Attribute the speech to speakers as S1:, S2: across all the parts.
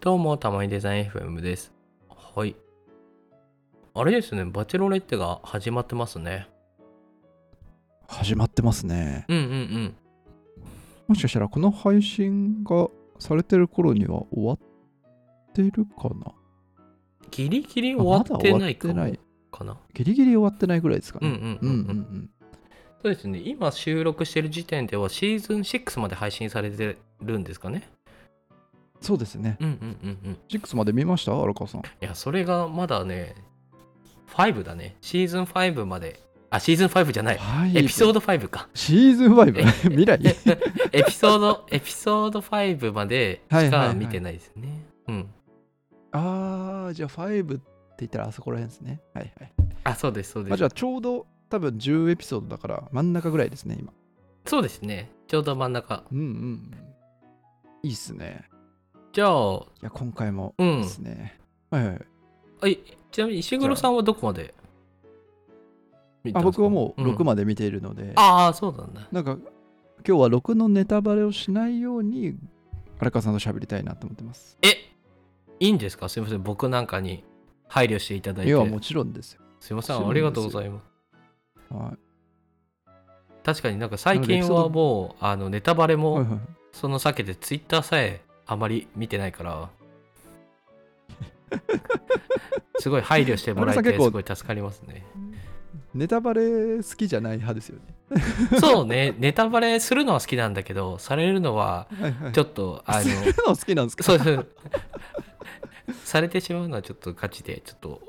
S1: どうも、たまにデザイン FM です。はい。あれですね、バチェロレッテが始まってますね。
S2: 始まってますね。
S1: うんうんうん。
S2: もしかしたらこの配信がされてる頃には終わってるかな
S1: ギリギリ終わってないか
S2: まだ
S1: も
S2: 終わってない。
S1: かな。
S2: ギリギリ終わってないぐらいですか
S1: うんう
S2: ね。
S1: ん
S2: う
S1: うんん
S2: う
S1: うんん。
S2: うん。
S1: そうですね、今収録してる時点ではシーズン6まで配信されてるんですかね。
S2: そうですね。
S1: うんうんうんうん。い
S2: 6まで見ました荒川さん。
S1: や、それがまだね、5だね。シーズン5まで。あ、シーズン5じゃない。
S2: はい
S1: エピソード5か。
S2: シーズン 5? 未来
S1: エピソード、エピソード5までしか見てないですね。うん。
S2: あー、じゃあ5って言ったらあそこら辺ですね。はいはい。
S1: あ、そうです、そうです。
S2: まあ、じゃあちょうど多分10エピソードだから真ん中ぐらいですね、今。
S1: そうですね。ちょうど真ん中。
S2: うんうんうん。いいっすね。
S1: じゃあ、
S2: いや、今回も
S1: う
S2: で
S1: ん。
S2: すね。はいはい。
S1: あいちなみに石黒さんはどこまで見た
S2: あ
S1: んですか
S2: 僕はもう6
S1: ん
S2: まで見ているので。
S1: ああ、そうなんだ。
S2: なんか今日は6のネタバレをしないように荒川さんと喋りたいなと思ってます。
S1: えいいんですかすいません。僕なんかに配慮していただい
S2: い
S1: て。
S2: やもちろんですよ。
S1: すいませ
S2: も
S1: ん。
S2: ちろんですよ
S1: ありがとうございます。
S2: は
S1: 確かになんか最
S2: な
S1: 近
S2: のでエピソ
S1: は
S2: ード
S1: もう、あの、ネタバレ
S2: い、はい
S1: も
S2: はい
S1: その避けて、ツイッターさえあまり見てない から、すごい配慮してもらえ
S2: 丸
S1: て、す
S2: さん結
S1: ごい助かりますね。
S2: ネタバレ好きじゃない派で すよね。
S1: そうね、ネタバレするのは好きなんだけど、されるのは
S2: はいはい、
S1: ちょっと、あ
S2: す
S1: の、
S2: るの好きなんですか
S1: そうそう。されてしまうのはちょっとガチで、ちょっと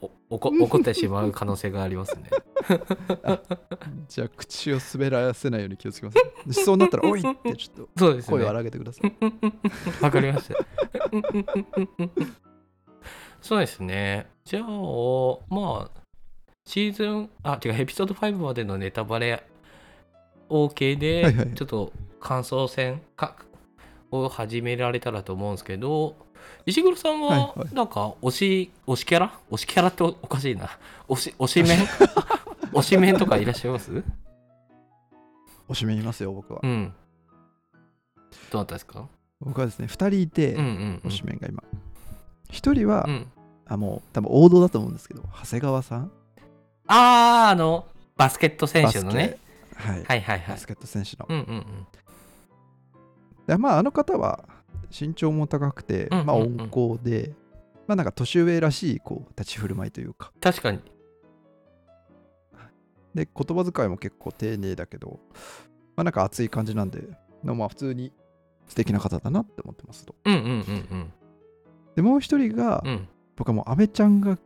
S1: おおこ怒ってしまう可能性がありますね。
S2: じゃあ口を滑らせないように気をつけます。 しそうになったら「おい!」ってちょっ
S1: そうで
S2: と
S1: すね。
S2: 声を
S1: わ
S2: 荒げてください。
S1: かりました。そうですね。じゃあ、まあ、シーズン、あ、違う、エピソード5までのネタバレ OK で、
S2: はいはい
S1: ちょっと感想戦かを始められたらと思うんですけど、石黒さんは
S2: はいは、
S1: なんか、推し、推しキャラ推しキャラっておおかしいな。推し、推し 面推し面とかいらっしゃいます
S2: おしめいますよ僕は
S1: う。ん。どうだったですか
S2: 僕はですね2人いて、
S1: うんうんう
S2: お
S1: ん。
S2: しめんが今。1人は、
S1: うん、
S2: あもう多分王道だと思うんですけど長谷川さん。
S1: あー、あの、バスケット選
S2: バ
S1: 手
S2: スケ
S1: のね。
S2: はい
S1: はいはいは
S2: バ
S1: い
S2: ス。ケット選手の
S1: うんうんうん。
S2: でまああの方は身長も高くて、
S1: うん
S2: まあ
S1: うんうん
S2: 温厚で、まあなんか年上らしいこう立ち振る舞いというか
S1: 確かに。
S2: で言葉遣いも結構丁寧だけどまあなんか熱い感じなんでのまあ普通に素敵な方だなって思ってますと
S1: うんうんうん
S2: でもう一人が、
S1: うん。うん。
S2: 僕はもう阿部ちゃんが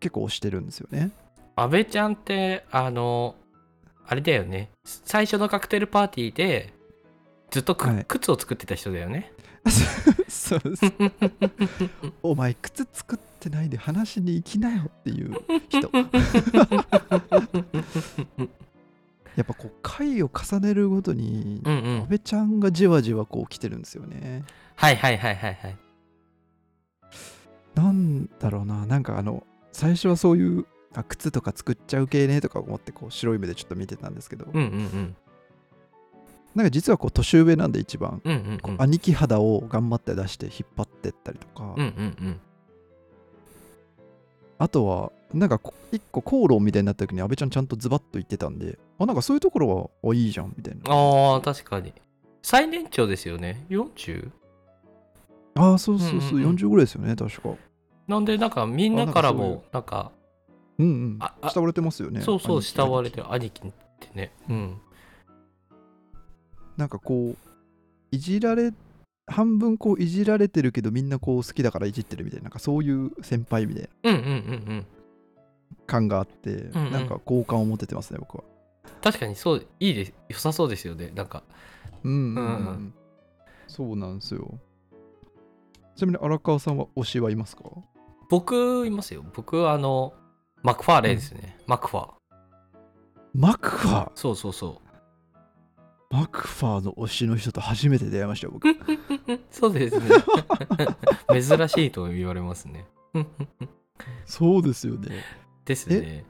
S2: 結構推してるんですよね
S1: 安倍ちゃんって、あの、あれだよね。最初のカクテルパーティーで、ずっとく、
S2: はい
S1: 靴を作ってた人だよね。
S2: そうですお前靴作ってないで話に行きなよっていう人 やっぱこう回を重ねるごとに
S1: うんう
S2: 安
S1: ん。
S2: 倍ちゃんがじわじわこう来てるんですよね。
S1: はいはいはいはいはい。
S2: なんだろうな、なんかあの、最初はそういう、あ、靴とか作っちゃう系ねとか思って、こう、白い目でちょっと見てたんですけど、
S1: うんうんうん。
S2: なんか実はこう、年上なんで一番、
S1: うんうんう
S2: こ
S1: ん。
S2: う、兄貴肌を頑張って出して引っ張ってったりとか、
S1: うんうん
S2: あとは、なんかこう一個口論みたいになった時に安倍ちゃんちゃんとズバッと言ってたんで、あ、なんかそういうところは、あ、いいじゃん、みたい
S1: うん。
S2: な。
S1: ああ、確かに。最年長ですよね。40?
S2: あー、そうそうそう、
S1: うんうんうん
S2: 40ぐらいですよね、確か。
S1: なんで、なんかみんなから
S2: あなん
S1: も、なんか、
S2: うんうん
S1: ああ。
S2: 慕われてますよね。
S1: そうそう、
S2: 兄貴
S1: 慕われてる兄貴ってね。うん。
S2: なんかこういじられ半分こういじられてるけどみんなこう好きだからいじってるみたいななんかそういう先輩みたいな
S1: うんうんうんうん。
S2: 感があって、
S1: んうん
S2: なんか好感を持ててますね僕は
S1: 確かにそう、いいです。良さそうですよね。なんか。
S2: うんうんうん、
S1: うんう
S2: そうなんですよちなみに荒川さんは推しはいますか
S1: 僕いますよ僕あのマクファーレンですね、マクファー
S2: マクファー
S1: そうそうそう
S2: マクファーの推しの人と初めて出会いましたよ僕
S1: そうですね 珍しいと言われますね
S2: そうですよね
S1: ですね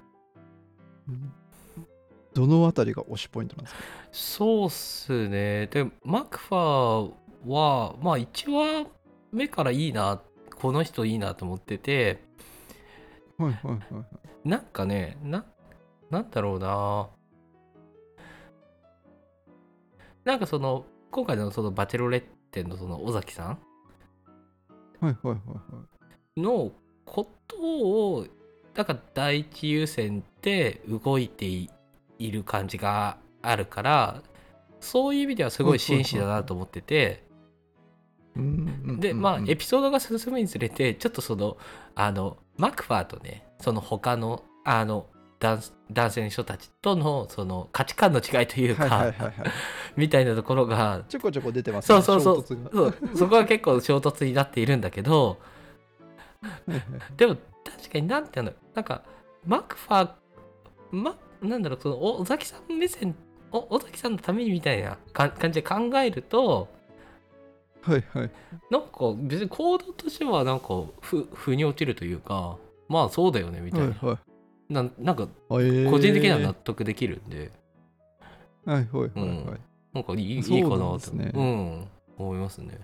S2: うんどのあたりが推しポイントなんですか
S1: そうっすねでマクファーはまあ1話目からいいなこの人いいなと思ってて
S2: はいはいはいはい。
S1: なんかねななんだろうななんかその今回のそのバチェロレッテのその尾崎さん
S2: はいはいはいはい。
S1: のことをなんか第一優先で動いていいる感じがあるからそういう意味ではすごい紳士だなと思ってて
S2: うんうんうんうん
S1: でまあエピソードが進むにつれてちょっとそのあのマクファーとねその他のあの男男性の人たちとのその価値観の違いという
S2: はいはいはい
S1: か
S2: はい
S1: みたいなところが
S2: ちょこちょこ出てます
S1: そ
S2: ね
S1: うそうそう
S2: 衝突が
S1: そうそこは結構衝突になっているんだけど
S2: はいはい
S1: でも確かになんていうのなんかマクファーまなんだろうそのお尾崎さん目線お尾崎さんのためにみたいなか感じで考えると
S2: はいはい
S1: なんか別に行動としてはなんかふ腑に落ちるというかまあそうだよねみたい
S2: は
S1: な、
S2: いはい
S1: なんなんか
S2: あえー
S1: 個人的には納得できるんで、
S2: はいはいはいはい
S1: なんかいい,、
S2: そう
S1: いいかな
S2: なん
S1: と
S2: ですね
S1: うん、思いますね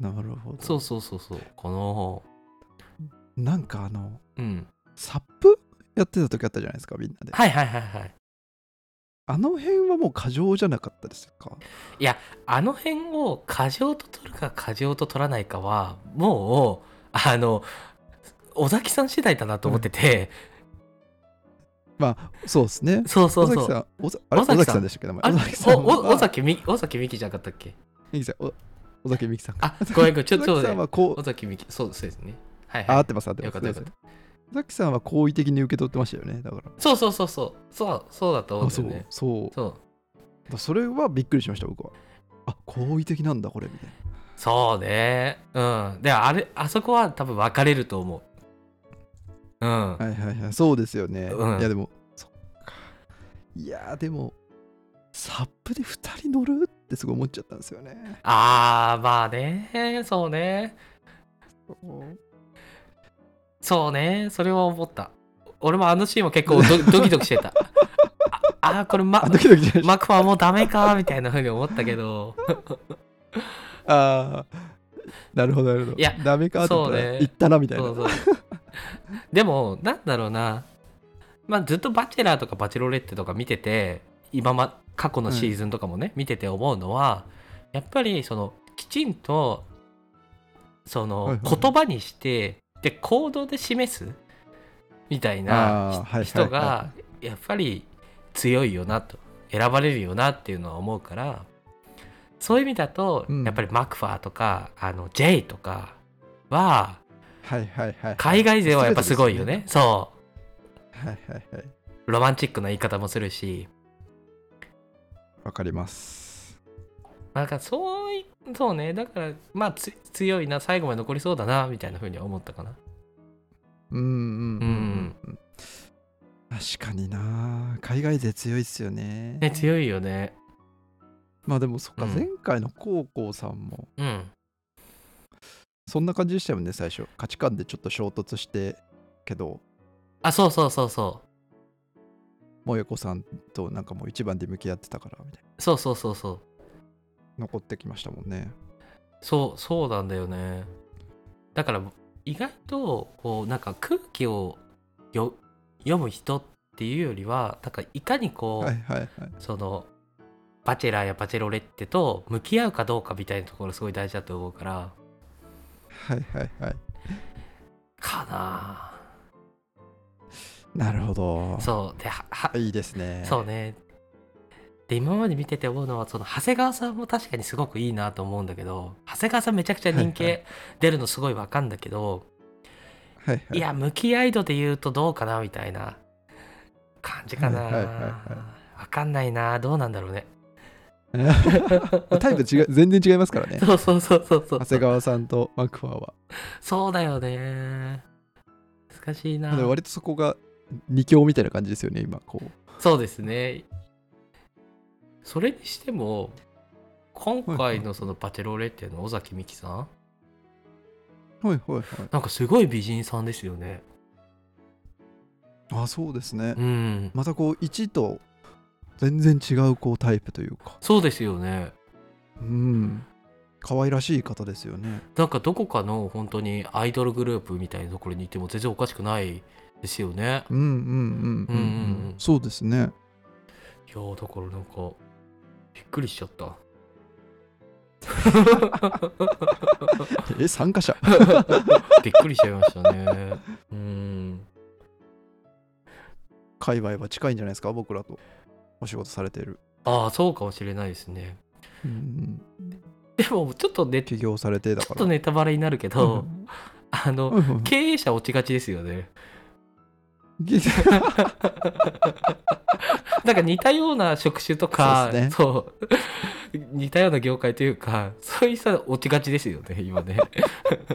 S2: なるほど
S1: そうそうそうそうかな
S2: なんかあの
S1: うん
S2: サップやってた時あったじゃないですかみんなで
S1: はいはいはいはい
S2: あの辺はもう過剰じゃなかったですか
S1: あの辺を過剰と取るか過剰と取らないかはもうあの尾崎さん次第だなと思ってて、
S2: まあそうですね
S1: そうそ
S2: 尾
S1: う
S2: 崎
S1: そう
S2: さん尾崎あれ尾
S1: 尾崎さん
S2: 崎さんでしたっけ名前
S1: あ
S2: 尾
S1: れ
S2: 崎さん
S1: おお尾
S2: は
S1: 崎み尾崎美紀じゃなかったっけ
S2: 尾崎さんお尾崎美紀さんか
S1: あごめんごめんちょ
S2: 尾
S1: ちょ
S2: 崎
S1: っ
S2: さ
S1: と
S2: ん
S1: ね
S2: はこ
S1: 尾崎美紀そうそうですねはいう
S2: あ合
S1: は
S2: ってます合っ
S1: い
S2: て
S1: よ
S2: ま
S1: か
S2: す
S1: ったよかった
S2: 尾崎さんは好意的に受け取ってましたよねだから
S1: そうそうそうそうそうそうだと思
S2: あ
S1: う
S2: そ
S1: んだよ
S2: う
S1: ね
S2: そう
S1: そう
S2: だからそれはびっくりしました僕はあ好意的なんだこれみたい
S1: そうねうんであれあそこは多分分かれると思ううん、
S2: なはいはいはいそうですよね、
S1: うん
S2: いやでもそっかいやーでもサップで2人乗るってすごい思っちゃったんですよね
S1: ああまあねそうねそうね、それは思った。俺もあのシーンは結構 ドドキドキしてた。ああー、これマ
S2: あドキドキしました
S1: マクファーもうダメかみたいな風に思ったけど、
S2: あーなるほどなるほど
S1: いや
S2: ダメかと思った
S1: そう
S2: ら
S1: ね
S2: 行ったなみたいな
S1: そうそう。 でも、なんだろうな、まあ、ずっとバチェラーとかバチェロレッテとか見てて、今ま、過去のシーズンとかもね、見てて思うのは、やっぱり、その、きちんと、その、
S2: はいはい
S1: 言葉にして、で、行動で示すみたい
S2: あ
S1: な
S2: ー
S1: ひ
S2: はいはい
S1: 人
S2: は
S1: が、やっぱり強いよなと、選ばれるよなっていうのは思うから、そういう意味だと、
S2: うん
S1: やっぱりマクファーとか、あの、ジェイとかは、
S2: はいはいはいはい
S1: 海外勢はやっぱすごいよね。そ。
S2: はいはいはいう
S1: ロマンチックな言い方もするし、
S2: わかります
S1: なんかそうい、そうね、だから、まあつ強いな、最後まで残りそうだな、みたいな風には思ったかな。
S2: うんうんうん、うん、確かにな海外勢強いっすよね
S1: ね、強いよね。
S2: まあでもそっか、
S1: うん
S2: 前回の高校さんも
S1: うん。
S2: そんな感じでしたよね最初価値観でちょっと衝突してけど
S1: あ、そうそうそうそう。
S2: 萌子さんとなんかもう一番で向き合ってたからみたいな
S1: そうそうそうそう。
S2: 残ってきましたもんね
S1: そう、そうなんだよね。だから、意外と、こう、なんか空気をよ読む人っていうよりは、なんかいかにこう、
S2: はいはいはい
S1: そのバチェラーやバチェロレッテと向き合うかどうかみたいなところすごい大事だと思うから
S2: はいはいはい
S1: かな
S2: なるほど
S1: あそうでははい
S2: いですね
S1: そうねで今まで見てて思うのはその長谷川さんも確かにすごくいいなと思うんだけど長谷川さんめちゃくちゃ人
S2: はいは
S1: 気出るのすごいわかんだけど、
S2: はいはい
S1: いや向き合い度で言うとどうかなみたいな感じかな
S2: はいはいはいはい
S1: わかんないなどうなんだろうね
S2: タイプ違う全然違いますからね
S1: そうそうそうそうそう
S2: 長谷川さんとマクファーは
S1: そうだよね難しいな
S2: でも割とそこが二強みたいな感じですよね今こう
S1: そうですね。それにしても、今回のそのバチェロレッテの尾崎美紀さん、
S2: はいはいはい
S1: なんかすごい美人さんですよね。
S2: あそうですね
S1: うん。
S2: またこう1と全然違うこうタイプというか
S1: そうですよね。
S2: うん可愛らしい方ですよね。
S1: なんかどこかの本当にアイドルグループみたいなところにいても全然おかしくないですよね。
S2: うんうんうんうん、
S1: う
S2: う
S1: んうんうん
S2: ん、そうですね。
S1: いやーだからなんかびっくりしちゃった。
S2: え、参加者。
S1: びっくりしちゃいましたね。うん。
S2: 界隈は近いんじゃないですか、僕らと。お仕事されている。
S1: ああそうかもしれないですね。
S2: うんうん、
S1: でもちょっとねち
S2: 起業されてだ
S1: ょ
S2: か
S1: っ
S2: ら。
S1: とネタバレになるけど、あの、
S2: うんうん
S1: 経営者落ちがちですよね。
S2: 聞いて
S1: なんか似たような職種とか、
S2: そうっすね
S1: そう似たよう な業界というか、そういう人落ちがちですよね、今 ね。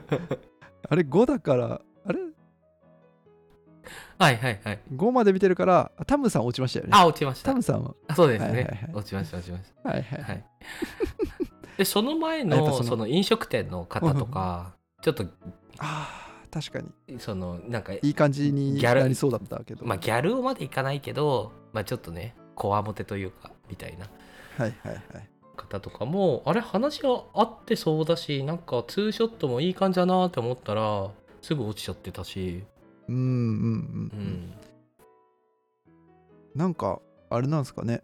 S2: あれ5だから、あれ
S1: はいはいはい。
S2: ?5 まで見てるから、あタムさん落ちましたよね。
S1: あ、落ちました
S2: タ。ムさんは。
S1: あそうですね、
S2: はいはいはい
S1: 落ちました、落ちまし
S2: はいはい
S1: た。
S2: は。
S1: はい い。で、その前
S2: あやっぱ
S1: の
S2: そ
S1: そ
S2: の
S1: の飲食店の方とか、ちょっと、
S2: ああ、確かに。
S1: その、なんか、
S2: いい感じに
S1: ギャル
S2: なりそうだったけど。
S1: まあ、ギャルまでいかないけど、まあ、ちょっとね、こわもてというか、みたいな
S2: はいはいはい。
S1: 方とかも、あれ、話が合ってそうだし、なんか、ツーショットもいい感じだなって思ったら、すぐ落ちちゃってたし、
S2: うんうんう。
S1: うんん。
S2: なんか、あれなんですかね。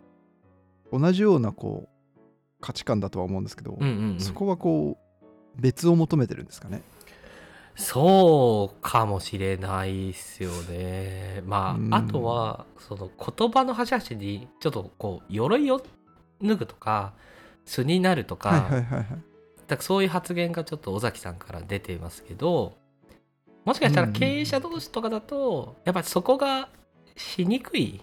S2: 同じようなこう価値観だとは思うんですけど、
S1: うんうんうん
S2: そこはこう、別を求めてるんですかね。
S1: そうかもしれないっすよね。まあ、
S2: うん
S1: あとはその言葉の端々にちょっとこう鎧を脱ぐとか素になるとか,、
S2: はいはいはいはい。
S1: だからそういう発言がちょっと尾崎さんから出ていますけどもしかしたら経営者同士とかだと、やっぱりそこがしにくい。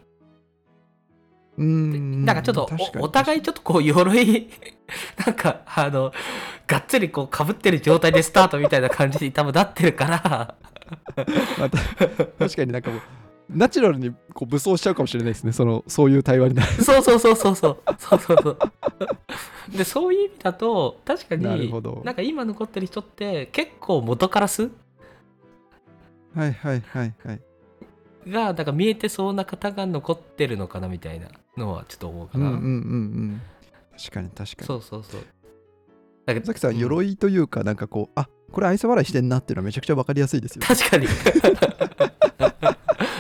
S2: うん。
S1: なんかちょっと
S2: 確か
S1: お
S2: に
S1: お互いちょっとこう鎧 なんかあのがっつりこうかぶってる状態でスタートみたいな感じに多分なってるから。
S2: また 確かになんかもうナチュラルにこう武装しちゃうかもしれないですねそのそういう対話になる
S1: そうそうそうそうそうそうそうそうでそういう意味だと確かに
S2: なるほど
S1: なんか今残ってる人って結構元からす
S2: はいはいはいはい
S1: がなんか見えてそうな方が残ってるのかなみたいなのはちょっと思うか
S2: うんう
S1: な、
S2: んうんうん確かに確かに
S1: そうそうそうだけ
S2: 尾崎さん鎧というかなんかこうあこれ愛想笑いしてんなっていうのはめちゃくちゃ分かりやす いです よ
S1: 確かに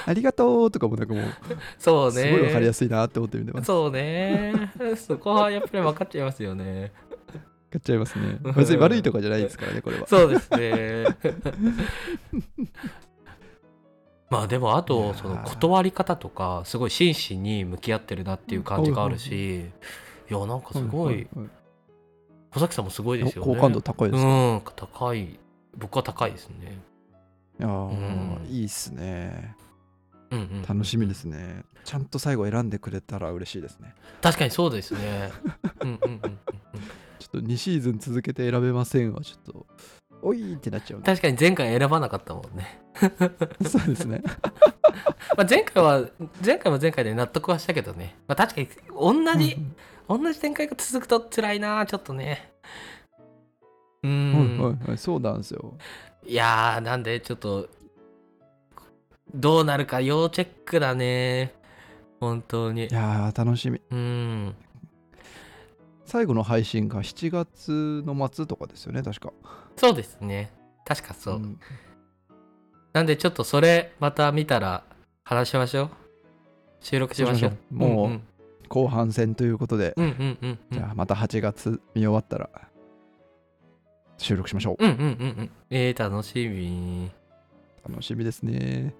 S2: ありがとうとかもなんかもう
S1: そうね
S2: すごい分かりやすいなって思ってみてます
S1: そうねそこはやっぱり分かっちゃいますよね
S2: 買っちゃいますね
S1: うん
S2: 別に悪いとかじゃないですからねこれは
S1: そうですね まあでもあ
S2: いや
S1: と
S2: ー
S1: その断り方とかすごい真摯に向き合ってるなっていう感じがあるしいやなんかすごい
S2: はは
S1: 尾崎さんもすごい
S2: は
S1: で
S2: い
S1: すよね
S2: 好感度高いです、
S1: うん高い僕は高いですね
S2: いやー
S1: うん
S2: いいっすね
S1: うんうん
S2: 楽しみですねちゃんと最後選んでくれたら嬉しいですね
S1: 確かにそうですね うんうんうんうんうん
S2: ちょっと2シーズン続けて選べませんはちょっとおいーってなっち ゃうんで
S1: 確かに前回選ばなかったもんね、
S2: そうですね
S1: まあ、前回は前回も前回で納得はしたけどね、まあ、確かに同じ同じ展開が続くと辛いなちょっとねうーん、
S2: はいはいはい そうなんですよ
S1: い、やーなんでちょっとどうなるか要チェックだね本当に
S2: いやー楽しみ
S1: うーん
S2: 最後の配信が7月の末とかですよね確か
S1: そうですね確かそう、
S2: ん
S1: なんでちょっとそれまた見たら話しましょう収録しましょう
S2: そうしましょうもうん後半戦ということで、
S1: うんうんうんうん
S2: じゃあまた8月見終わったら収録しましょう、
S1: うんうんうんうんえー、楽しみ
S2: 楽しみですね